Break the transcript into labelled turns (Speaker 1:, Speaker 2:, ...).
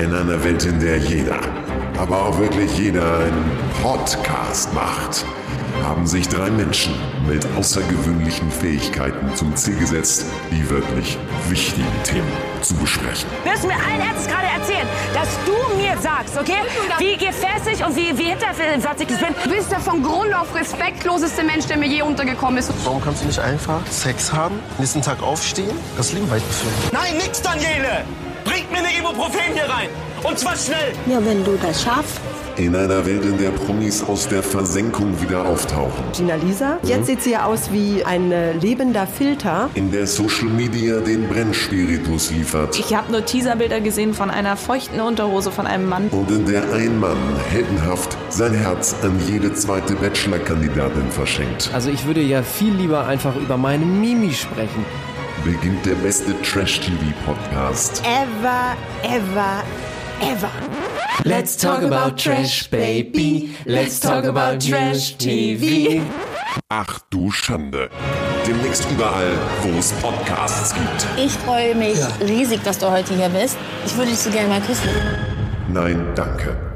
Speaker 1: In einer Welt, in der jeder, aber auch wirklich jeder einen Podcast macht, haben sich drei Menschen mit außergewöhnlichen Fähigkeiten zum Ziel gesetzt, die wirklich wichtigen Themen zu besprechen.
Speaker 2: Willst du mir allen Ernstes gerade erzählen, dass du mir sagst, okay, wie gefässig und wie, wie hinterfotzig ich bin?
Speaker 3: Du bist der von Grund auf respektloseste Mensch, der mir je untergekommen ist.
Speaker 4: Warum kannst du nicht einfach Sex haben, nächsten Tag aufstehen, das Leben weit befüllen?
Speaker 5: Nein, nix, Daniele! Bringt mir eine Ibuprofen hier rein! Und zwar schnell!
Speaker 6: Ja, wenn du das schaffst.
Speaker 1: In einer Welt, in der Promis aus der Versenkung wieder auftauchen.
Speaker 7: Gina Lisa. Jetzt sieht sie ja aus wie ein äh, lebender Filter.
Speaker 1: In der Social Media den Brennspiritus liefert.
Speaker 8: Ich habe nur Teaserbilder gesehen von einer feuchten Unterhose von einem Mann.
Speaker 1: Und in der ein Mann heldenhaft sein Herz an jede zweite Bachelor-Kandidatin verschenkt.
Speaker 9: Also ich würde ja viel lieber einfach über meine Mimi sprechen.
Speaker 1: Beginnt der beste Trash-TV-Podcast.
Speaker 7: Ever, ever, ever.
Speaker 10: Let's talk about trash, baby. Let's talk about trash TV.
Speaker 1: Ach du Schande. Demnächst überall, wo es Podcasts gibt.
Speaker 6: Ich freue mich riesig, dass du heute hier bist. Ich würde dich so gerne mal küssen.
Speaker 1: Nein, danke.